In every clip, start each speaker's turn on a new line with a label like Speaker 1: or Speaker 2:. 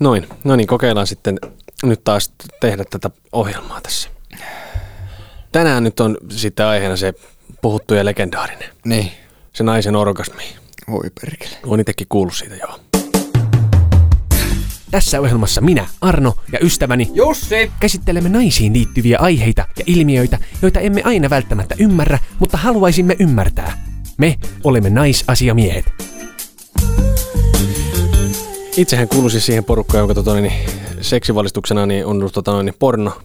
Speaker 1: Noin, no niin, kokeillaan sitten nyt taas tehdä tätä ohjelmaa tässä. Tänään nyt on sitten aiheena se puhuttu ja legendaarinen,
Speaker 2: Niin.
Speaker 1: se naisen orgasmi.
Speaker 2: Voi perkele.
Speaker 1: Olen itsekin kuullut siitä joo. Tässä ohjelmassa minä, Arno ja ystäväni
Speaker 2: Jussi!
Speaker 1: käsittelemme naisiin liittyviä aiheita ja ilmiöitä, joita emme aina välttämättä ymmärrä, mutta haluaisimme ymmärtää. Me olemme naisasiamiehet. Itsehän kuuluisi siihen porukkaan, jonka tota, niin, seksivalistuksena niin on ollut tota, niin, porno.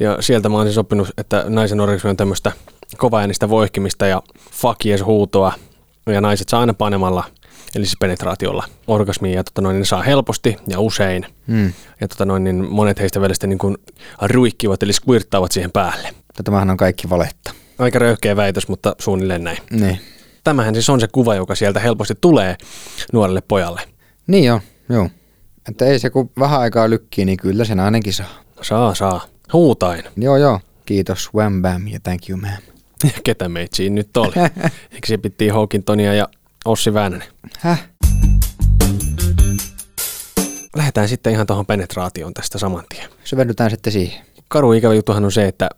Speaker 1: Ja sieltä mä oon siis oppinut, että naisen orgasmi on tämmöistä kovaäänistä voihkimista ja fuck yes huutoa. Ja naiset saa aina panemalla, eli siis penetraatiolla orgasmia. Ja tota, noin, ne saa helposti ja usein.
Speaker 2: Hmm.
Speaker 1: Ja tota noin, niin monet heistä vielä sitten niin kuin ruikkivat eli squirttaavat siihen päälle.
Speaker 2: Tämähän on kaikki valetta.
Speaker 1: Aika röyhkeä väitös, mutta suunnilleen näin.
Speaker 2: Niin.
Speaker 1: Tämähän siis on se kuva, joka sieltä helposti tulee nuorelle pojalle.
Speaker 2: Niin joo, joo. Että ei se kun vähän aikaa lykkii, niin kyllä sen ainakin saa.
Speaker 1: Saa, saa. Huutain.
Speaker 2: Joo joo. Kiitos, wham bam ja thank you ma'am.
Speaker 1: Ketä meitsiin nyt oli? Eikö se piti Hawkintonia ja Ossi Väänänen?
Speaker 2: Häh?
Speaker 1: Lähdetään sitten ihan tuohon penetraatioon tästä saman tien.
Speaker 2: Syvennytään sitten siihen.
Speaker 1: Karu ikävä juttuhan on se, että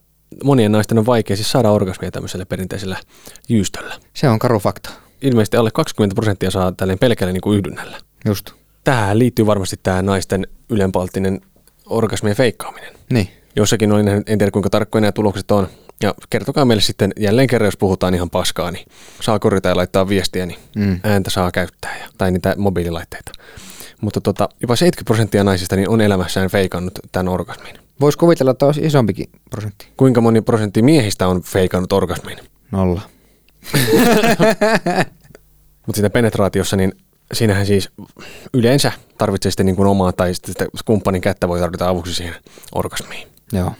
Speaker 1: monien naisten on vaikea siis saada orgasmia tämmöisellä perinteisellä jyystöllä.
Speaker 2: Se on karu fakta.
Speaker 1: Ilmeisesti alle 20 prosenttia saa tälleen pelkällä niin kuin yhdynnällä.
Speaker 2: Just.
Speaker 1: Tähän liittyy varmasti tämä naisten ylenpalttinen orgasmien feikkaaminen.
Speaker 2: Niin.
Speaker 1: Jossakin oli nähnyt, en tiedä kuinka tarkkoja nämä tulokset on. Ja kertokaa meille sitten jälleen kerran, jos puhutaan ihan paskaa, niin saa korjata ja laittaa viestiä, niin
Speaker 2: Mm.
Speaker 1: ääntä saa käyttää, ja, tai niitä mobiililaitteita. Mutta tota, jopa 70 prosenttia naisista niin on elämässään feikannut tämän orgasmin.
Speaker 2: Voisi kuvitella, että olisi isompikin prosentti.
Speaker 1: Kuinka moni prosentti miehistä on feikannut orgasmin?
Speaker 2: Nolla.
Speaker 1: Mutta siinä penetraatiossa, niin siinähän siis yleensä tarvitsee sitten niin kuin omaa tai sitten sitä kumppanin kättä voi tarvita avuksi siihen orgasmiin.
Speaker 2: Joo.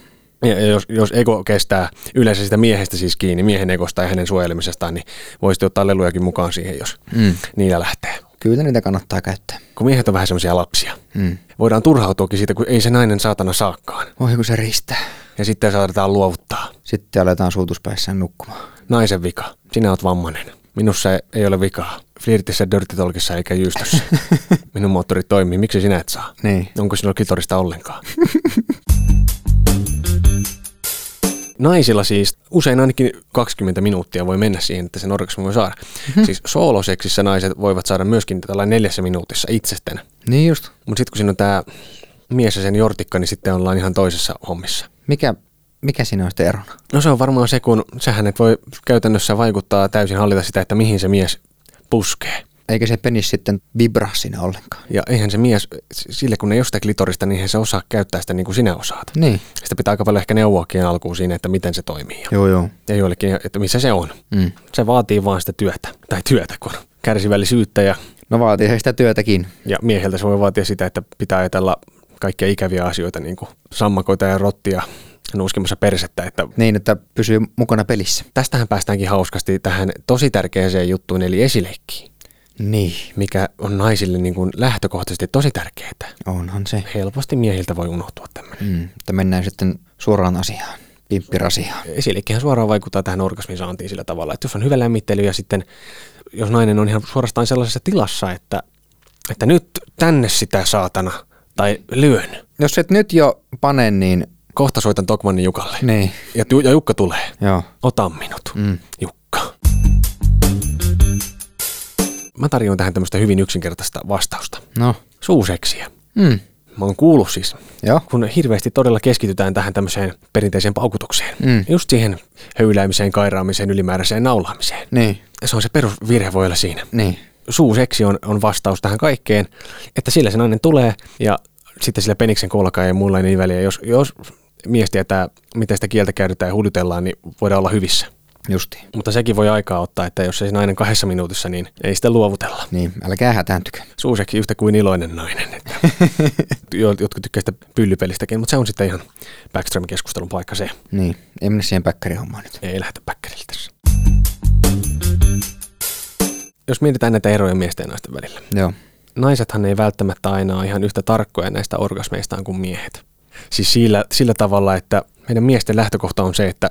Speaker 1: Ja ja jos, jos ego kestää yleensä sitä miehestä siis kiinni, miehen egosta ja hänen suojelemisestaan, niin voisi ottaa lelujakin mukaan siihen, jos
Speaker 2: Mm.
Speaker 1: niillä lähtee.
Speaker 2: Kyllä niitä kannattaa käyttää.
Speaker 1: Kun miehet on vähän semmoisia lapsia.
Speaker 2: Mm.
Speaker 1: Voidaan turhautuakin siitä, kun ei se nainen saatana saakaan.
Speaker 2: Voi kun se ristää.
Speaker 1: Ja sitten saatetaan luovuttaa.
Speaker 2: Sitten aletaan suutuspäissään nukkumaan.
Speaker 1: Naisen vika. Sinä oot vammanen. Minussa ei- ei ole vikaa. Flirtissä, dörttitolkissa eikä jyystössä. Minun moottori toimii. Miksi sinä et saa?
Speaker 2: Niin.
Speaker 1: Onko sinulla klitorista ollenkaan? Naisilla siis usein ainakin 20 minuuttia voi mennä siihen, että sen orgasmin voi saada. Siis sooloseksissä naiset voivat saada myöskin tällä neljässä minuutissa itsestään.
Speaker 2: Niin just.
Speaker 1: Mutta sitten kun siinä on tämä mies ja sen jortikka, niin sitten ollaan ihan toisessa hommissa.
Speaker 2: Mikä, mikä siinä on sitten erona?
Speaker 1: No se on varmaan se, kun sähän et voi käytännössä vaikuttaa täysin hallita sitä, että mihin se mies puskee.
Speaker 2: Eikä se penis sitten vibra siinä ollenkaan.
Speaker 1: Ja eihän se mies, sille kun ei ole sitä klitorista, niin eihän se osaa käyttää sitä niin kuin sinä osaat.
Speaker 2: Niin.
Speaker 1: Sitä pitää aika paljon ehkä neuvoakin alkuun siinä, että miten se toimii ja,
Speaker 2: Joo, joo.
Speaker 1: ja joillekin, että missä se on.
Speaker 2: Mm.
Speaker 1: Se vaatii vaan sitä työtä, tai työtä kun kärsivällisyyttä ja,
Speaker 2: No vaatii se sitä työtäkin.
Speaker 1: ja mieheltä se voi vaatia sitä, että pitää ajatella kaikkia ikäviä asioita, niin kuin sammakoita ja rottia nuuskimassa persettä. Että
Speaker 2: Niin, että pysyy mukana pelissä.
Speaker 1: tästähän päästäänkin hauskasti tähän tosi tärkeäseen juttuun, eli esileikkiin,
Speaker 2: Niin.
Speaker 1: mikä on naisille niin kuin lähtökohtaisesti tosi tärkeää.
Speaker 2: Onhan se.
Speaker 1: Helposti miehiltä voi unohtua tämmöinen.
Speaker 2: Mm. Että mennään sitten suoraan asiaan. Pimppirasiaan.
Speaker 1: Esileikkihän suoraan vaikuttaa tähän orgasmin saantiin sillä tavalla, että jos on hyvä lämmittely ja sitten jos nainen on ihan suorastaan sellaisessa tilassa, että, että nyt tänne sitä saatana tai lyön.
Speaker 2: Jos et nyt jo pane, niin...
Speaker 1: Kohta soitan Tokmannin Jukalle.
Speaker 2: Niin.
Speaker 1: Ja, Ju- ja Jukka tulee.
Speaker 2: Joo.
Speaker 1: Ota minut.
Speaker 2: Mm.
Speaker 1: Jukka. Mä tarjoan tähän tämmöistä hyvin yksinkertaista vastausta.
Speaker 2: No.
Speaker 1: Suuseksiä.
Speaker 2: Mm.
Speaker 1: Mä oon kuullut siis,
Speaker 2: Joo.
Speaker 1: kun hirveästi todella keskitytään tähän tämmöiseen perinteiseen paukutukseen.
Speaker 2: Mm.
Speaker 1: Just siihen höyläämiseen, kairaamiseen, ylimääräiseen naulaamiseen.
Speaker 2: Niin.
Speaker 1: Se on se perusvirhe voi olla siinä.
Speaker 2: Niin.
Speaker 1: Suuseksi on, on vastaus tähän kaikkeen, että sillä se nainen tulee ja sitten sillä peniksen kolkaa ja mulla ei niin väliä. Jos, jos mies tietää, miten sitä kieltä käytetään ja hudutellaan, niin voidaan olla hyvissä.
Speaker 2: Justi.
Speaker 1: Mutta sekin voi aikaa ottaa, että jos ei se nainen kahdessa minuutissa, niin ei sitä luovutella.
Speaker 2: Niin, älkää hätääntykö.
Speaker 1: Suuseksi yhtä kuin iloinen nainen. Että jo- jotkut tykkää sitä pyllypelistäkin, mutta se on sitten ihan backstream-keskustelun paikka se.
Speaker 2: Niin, ei mennä siihen päkkärihommaan nyt.
Speaker 1: Ei lähdetä päkkärille tässä. Jos mietitään näitä eroja miesten ja naisten välillä.
Speaker 2: Joo.
Speaker 1: Naisethan ei välttämättä aina ole ihan yhtä tarkkoja näistä orgasmeistaan kuin miehet. Siis sillä, sillä tavalla, että meidän miesten lähtökohta on se, että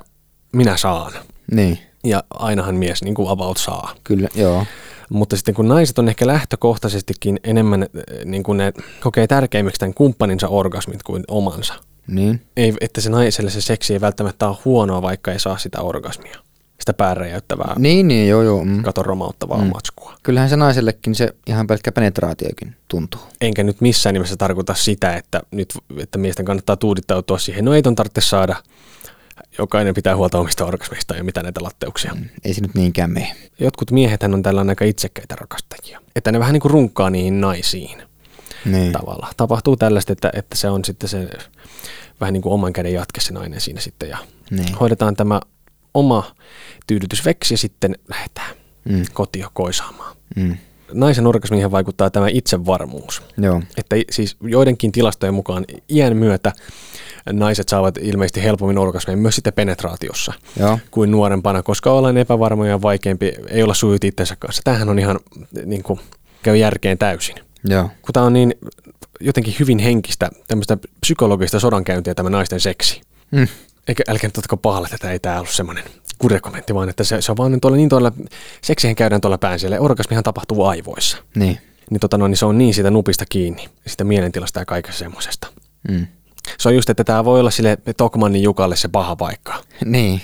Speaker 1: minä saan.
Speaker 2: Niin,
Speaker 1: Ja ainahan mies niin kuin about saa.
Speaker 2: kyllä, joo.
Speaker 1: Mutta sitten kun naiset on ehkä lähtökohtaisestikin enemmän, äh, niin kuin ne kokee tärkeimmiksi tämän kumppaninsa orgasmit kuin omansa.
Speaker 2: Niin.
Speaker 1: Ei, että se naiselle se seksi ei välttämättä ole huonoa, vaikka ei saa sitä orgasmia. Sitä pääräjäyttävää,
Speaker 2: Niin, niin, joo, joo. Mm.
Speaker 1: katon romauttavaa mm. matskua.
Speaker 2: Kyllähän se naisellekin se ihan pelkkä penetraatiokin tuntuu.
Speaker 1: Enkä nyt missään nimessä tarkoita sitä, että, nyt, että miesten kannattaa tuudittautua siihen. No ei ton tarvitse saada. Jokainen pitää huolta omista orgasmista ja mitä näitä latteuksia.
Speaker 2: Ei se nyt niinkään mene.
Speaker 1: Jotkut miehethän on tällainen aika itsekkäitä rakastajia. Että ne vähän niin kuin runkkaa niihin naisiin
Speaker 2: Niin.
Speaker 1: tavalla. Tapahtuu tällaista, että, että se on sitten se vähän niin kuin oman käden jatke se nainen siinä sitten. Ja
Speaker 2: Niin.
Speaker 1: hoidetaan tämä oma tyydytys veksi ja sitten lähdetään
Speaker 2: Mm.
Speaker 1: kotia koisaamaan.
Speaker 2: Mm.
Speaker 1: Naisen orgasmiin vaikuttaa tämä itsevarmuus.
Speaker 2: Joo.
Speaker 1: Että i- siis joidenkin tilastojen mukaan iän myötä naiset saavat ilmeisesti helpommin orgasmeja myös sitten penetraatiossa
Speaker 2: Joo.
Speaker 1: kuin nuorempana, koska ollaan epävarmoja ja vaikeampi, ei olla sujut itsensä kanssa. Tämähän on ihan niin kuin, käy järkeen täysin.
Speaker 2: Joo.
Speaker 1: Kun tämä on niin jotenkin hyvin henkistä, tämmöistä psykologista sodankäyntiä tämä naisten seksi.
Speaker 2: Mm.
Speaker 1: Eikä, älkää nyt ottako pahalle tätä, ei tämä ollut semmoinen kurekommentti, vaan että se, se on vaan tuolla niin tuolla, seksihän käydään tuolla pään siellä, ja orgasmihan tapahtuu aivoissa
Speaker 2: Niin.
Speaker 1: niin, tota no, niin se on niin siitä nupista kiinni, siitä mielentilasta ja kaikesta semmoisesta.
Speaker 2: Mm.
Speaker 1: Se on just, että tämä voi olla sille Tokmannin Jukalle se paha paikka.
Speaker 2: Niin.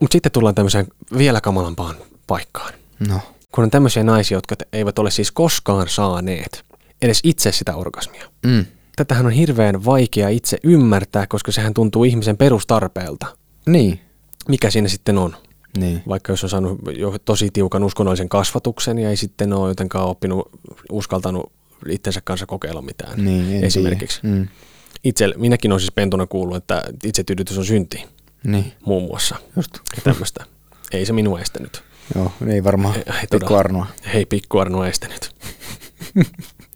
Speaker 1: Mutta sitten tullaan tämmöiseen vielä kamalampaan paikkaan.
Speaker 2: No.
Speaker 1: Kun on tämmöisiä naisia, jotka te- eivät ole siis koskaan saaneet edes itse sitä orgasmia.
Speaker 2: Mm.
Speaker 1: Tätähän on hirveän vaikea itse ymmärtää, koska sehän tuntuu ihmisen perustarpeelta.
Speaker 2: Niin.
Speaker 1: Mikä siinä sitten on?
Speaker 2: Niin.
Speaker 1: Vaikka jos on saanut jo tosi tiukan uskonnollisen kasvatuksen ja ei sitten ole jotenkaan oppinut, uskaltanut itsensä kanssa kokeilla mitään.
Speaker 2: Niin. en tiedä.
Speaker 1: esimerkiksi.
Speaker 2: Mm.
Speaker 1: Itse, minäkin olen siis pentuna kuullut, että itsetyydytys on synti
Speaker 2: Niin.
Speaker 1: muun muassa.
Speaker 2: Just.
Speaker 1: Ja tämmöistä. Ei se minua estänyt.
Speaker 2: Joo. Ei varmaan.
Speaker 1: Ei- ei todella.
Speaker 2: Pikku Arnoa.
Speaker 1: Hei, pikkuarnoa estänyt.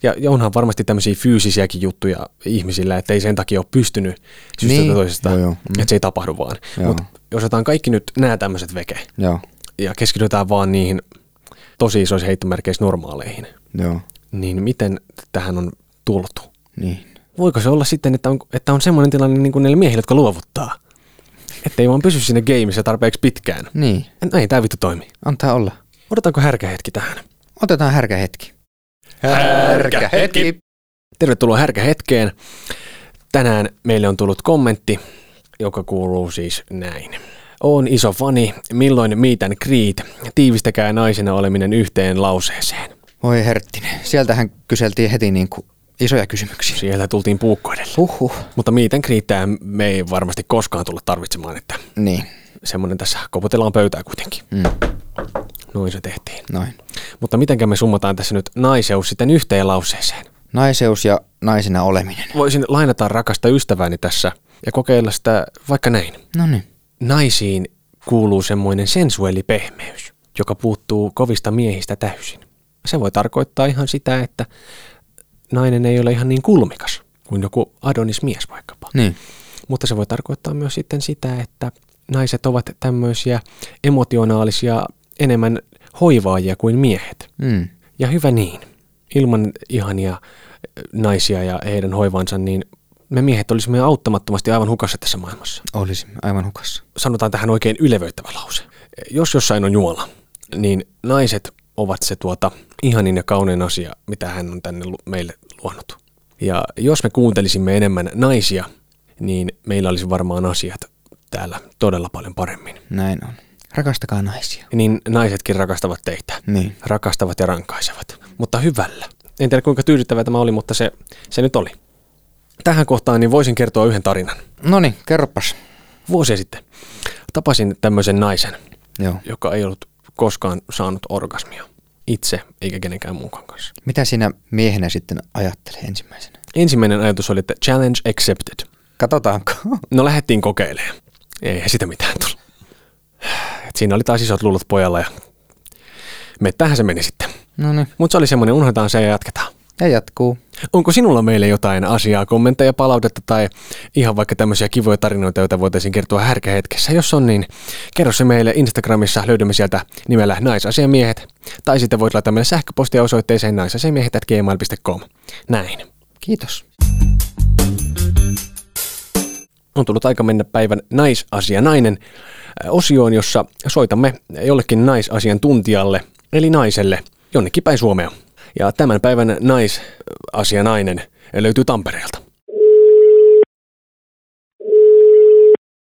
Speaker 1: Ja, ja onhan varmasti tämmöisiä fyysisiäkin juttuja ihmisillä, että ei sen takia ole pystynyt syystä
Speaker 2: Niin.
Speaker 1: tai toisesta,
Speaker 2: Joo, joo. Mm.
Speaker 1: että se ei tapahdu vaan.
Speaker 2: Joo.
Speaker 1: Mutta jos otetaan kaikki nyt nämä tämmöiset veke
Speaker 2: Joo.
Speaker 1: ja keskitytään vaan niihin tosi isoissa heittomerkeissä normaaleihin,
Speaker 2: Joo.
Speaker 1: niin miten tähän on tultu?
Speaker 2: Niin.
Speaker 1: Voiko se olla sitten, että on, että on semmoinen tilanne niin kuin niillä miehillä, jotka luovuttaa? Että ei vaan pysy siinä gameissa tarpeeksi pitkään.
Speaker 2: Niin.
Speaker 1: No Ei tämä vittu toimi.
Speaker 2: Antaa olla.
Speaker 1: Odotanko härkä hetki tähän?
Speaker 2: Otetaan härkä hetki.
Speaker 1: Härkä hetki. Tervetuloa härkä hetkeen. Tänään meille on tullut kommentti, joka kuuluu siis näin. Oon iso fani, milloin miitän kriit. Tiivistäkää naisena oleminen yhteen lauseeseen.
Speaker 2: Voi herttinen. Sieltähän kyseltiin heti niin kuin isoja kysymyksiä.
Speaker 1: Siellä tultiin puukko edellä.
Speaker 2: Huhhuh.
Speaker 1: Mutta miitän kriittää me ei varmasti koskaan tulla tarvitsemaan, että
Speaker 2: Niin.
Speaker 1: semmoinen tässä koputellaan pöytää kuitenkin.
Speaker 2: Mm.
Speaker 1: Noin se tehtiin.
Speaker 2: Noin.
Speaker 1: Mutta mitenkä me summataan tässä nyt naiseus sitten yhteen lauseeseen?
Speaker 2: Naiseus ja naisena oleminen.
Speaker 1: Voisin lainata rakasta ystävääni tässä ja kokeilla sitä vaikka näin.
Speaker 2: No niin.
Speaker 1: Naisiin kuuluu semmoinen sensuelli pehmeys, joka puuttuu kovista miehistä täysin. Se voi tarkoittaa ihan sitä, että nainen ei ole ihan niin kulmikas kuin joku adonismies vaikkapa.
Speaker 2: Niin.
Speaker 1: Mutta se voi tarkoittaa myös sitten sitä, että naiset ovat tämmöisiä emotionaalisia enemmän hoivaajia kuin miehet.
Speaker 2: Mm.
Speaker 1: Ja hyvä niin. Ilman ihania ö, naisia ja heidän hoivansa, niin me miehet olisimme auttamattomasti aivan hukassa tässä maailmassa.
Speaker 2: Olisimme aivan hukassa.
Speaker 1: Sanotaan tähän oikein ylevöittävä lause. Jos jossain on juola, niin naiset ovat se tuota ihanin ja kaunein asia, mitä hän on tänne lu- meille luonut. Ja jos me kuuntelisimme enemmän naisia, niin meillä olisi varmaan asiat täällä todella paljon paremmin.
Speaker 2: Näin on. Rakastakaa naisia.
Speaker 1: Niin naisetkin rakastavat teitä
Speaker 2: Niin.
Speaker 1: rakastavat ja rankaisevat, mutta hyvällä. En tiedä kuinka tyydyttävä tämä oli, mutta se, se nyt oli. Tähän kohtaan niin voisin kertoa yhden tarinan.
Speaker 2: No niin, kerropas.
Speaker 1: Vuosia sitten tapasin tämmöisen naisen,
Speaker 2: Joo.
Speaker 1: joka ei ollut koskaan saanut orgasmia itse eikä kenenkään muunkaan kanssa.
Speaker 2: Mitä sinä miehenä sitten ajattelee ensimmäisenä?
Speaker 1: Ensimmäinen ajatus oli, että challenge accepted.
Speaker 2: Katsotaanko?
Speaker 1: No lähdettiin kokeilemaan. Ei sitä mitään tullut. Et siinä oli taas isot luulot pojalla ja mettähän se meni sitten.
Speaker 2: No niin.
Speaker 1: Mutta se oli semmoinen, unohdetaan se ja jatketaan.
Speaker 2: Ja jatkuu.
Speaker 1: Onko sinulla meille jotain asiaa, kommentteja, palautetta tai ihan vaikka tämmöisiä kivoja tarinoita, joita voitaisiin kertoa härkähetkessä? Jos on, niin kerro se meille Instagramissa, löydämme sieltä nimellä naisasiamiehet. Tai sitten voit laittaa meille sähköpostia osoitteeseen naisasiamiehet.gmail.com. Näin.
Speaker 2: Kiitos.
Speaker 1: On tullut aika mennä päivän naisasianainen äh, osioon, jossa soitamme jollekin naisasiantuntijalle, eli naiselle, jonnekin päin Suomea. Ja tämän päivän naisasianainen löytyy Tampereelta.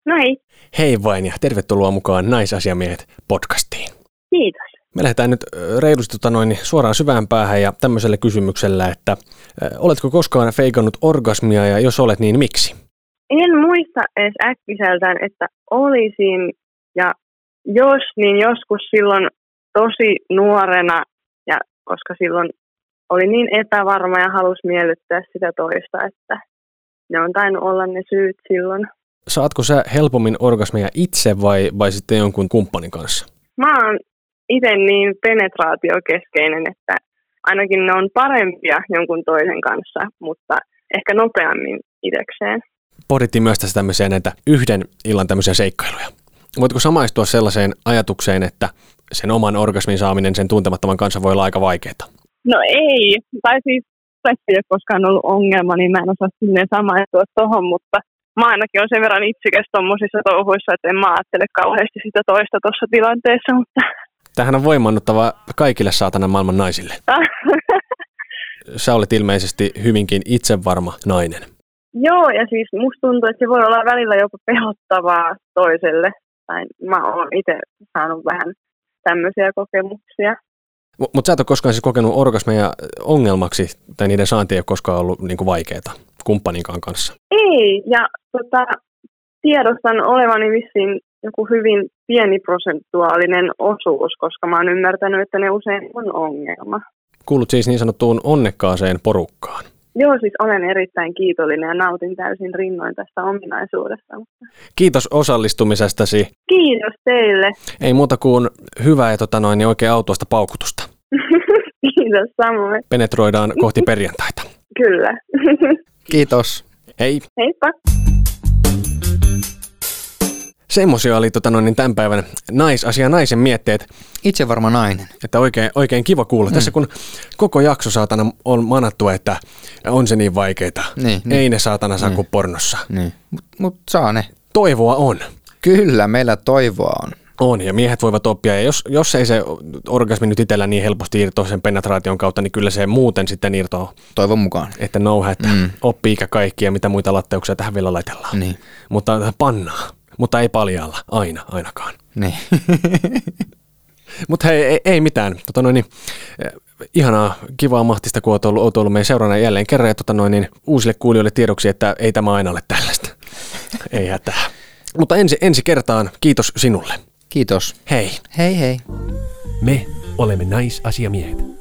Speaker 3: No hei,
Speaker 1: Hei vain ja tervetuloa mukaan Naisasiamiehet podcastiin.
Speaker 3: kiitos.
Speaker 1: Me lähdetään nyt ö, reilusti tota noin, suoraan syvään päähän ja tämmöisellä kysymyksellä, että ö, oletko koskaan feikannut orgasmia ja jos olet, niin miksi?
Speaker 3: En muista edes äkkiseltään, että olisin ja jos, niin joskus silloin tosi nuorena ja koska silloin oli niin epävarma ja halusi miellyttää sitä toista, että ne on tainnut olla ne syyt silloin.
Speaker 1: Saatko sä helpommin orgasmeja itse vai, vai sitten jonkun kumppanin kanssa?
Speaker 3: Mä oon itse niin penetraatiokeskeinen, että ainakin ne on parempia jonkun toisen kanssa, mutta ehkä nopeammin itsekseen.
Speaker 1: Pohdittiin myös tässä tämmöisiä näitä yhden illan tämmöisiä seikkailuja. Voitko samaistua sellaiseen ajatukseen, että sen oman orgasmin saaminen sen tuntemattoman kanssa voi olla aika vaikeaa?
Speaker 3: No ei, tai siis seksi ei ole koskaan ollut ongelma, niin mä en osaa silleen samaistua tuohon, mutta mä ainakin on sen verran itsekäs tuommoisissa touhuissa, että en mä ajattele kauheasti sitä toista tuossa tilanteessa, mutta
Speaker 1: Tämähän on voimannuttava kaikille saatanan maailman naisille. Sä olet ilmeisesti hyvinkin itsevarma nainen.
Speaker 3: joo, ja siis musta tuntuu, että se voi olla välillä jopa pehottavaa toiselle, tai mä oon itse saanut vähän tämmöisiä kokemuksia.
Speaker 1: Mutta sä et ole koskaan siis kokenut orgasmeja ongelmaksi, tai niiden saanti ei ole koskaan ollut niinku vaikeaa kumppaninkaan kanssa.
Speaker 3: Ei, ja tota, tiedostan olevani vissiin joku hyvin pieni prosentuaalinen osuus, koska mä oon ymmärtänyt, että ne usein on ongelma.
Speaker 1: Kuulut siis niin sanottuun onnekkaaseen porukkaan.
Speaker 3: Joo, siis olen erittäin kiitollinen ja nautin täysin rinnoin tästä ominaisuudesta. mutta
Speaker 1: Kiitos osallistumisestasi.
Speaker 3: Kiitos teille.
Speaker 1: Ei muuta kuin hyvää ja tota noin, niin oikein autuasta paukutusta.
Speaker 3: Kiitos samoin.
Speaker 1: Penetroidaan kohti perjantaita.
Speaker 3: Kyllä.
Speaker 2: Kiitos.
Speaker 1: Hei,
Speaker 3: Heippa.
Speaker 1: semmosia oli tota noin, niin tämän päivän naisasia naisen mietteet.
Speaker 2: Itse varma nainen.
Speaker 1: Että oikein, oikein kiva kuulla. Mm. Tässä kun koko jakso saatana on manattu, että on se niin vaikeeta.
Speaker 2: Niin,
Speaker 1: Ei ne saatana saa kuin pornossa.
Speaker 2: Niin. Mut, mut saa ne.
Speaker 1: Toivoa on.
Speaker 2: Kyllä, meillä toivoa on.
Speaker 1: On, ja miehet voivat oppia. Ja jos, jos ei se orgasmi nyt itsellä niin helposti irtoa sen penetraation kautta, niin kyllä se muuten sitten irtoaa.
Speaker 2: Toivon mukaan.
Speaker 1: Että no hat, mm. oppii ikä kaikkia, mitä muita latteuksia tähän vielä laitellaan.
Speaker 2: Niin.
Speaker 1: Mutta pannaa. Mutta ei paljalla, aina, ainakaan.
Speaker 2: Niin.
Speaker 1: Mutta hei, ei, ei mitään. Tota noin, niin, eh, ihanaa, kivaa mahtista, kun oot ollut, oot ollut meidän seurana jälleen kerran. Ja tota noin, niin, uusille kuulijoille tiedoksi, että ei tämä aina ole tällaista. ei hätää. Mutta ensi, ensi kertaan kiitos sinulle.
Speaker 2: Kiitos.
Speaker 1: Hei.
Speaker 2: Hei hei.
Speaker 4: Me olemme naisasiamiehet.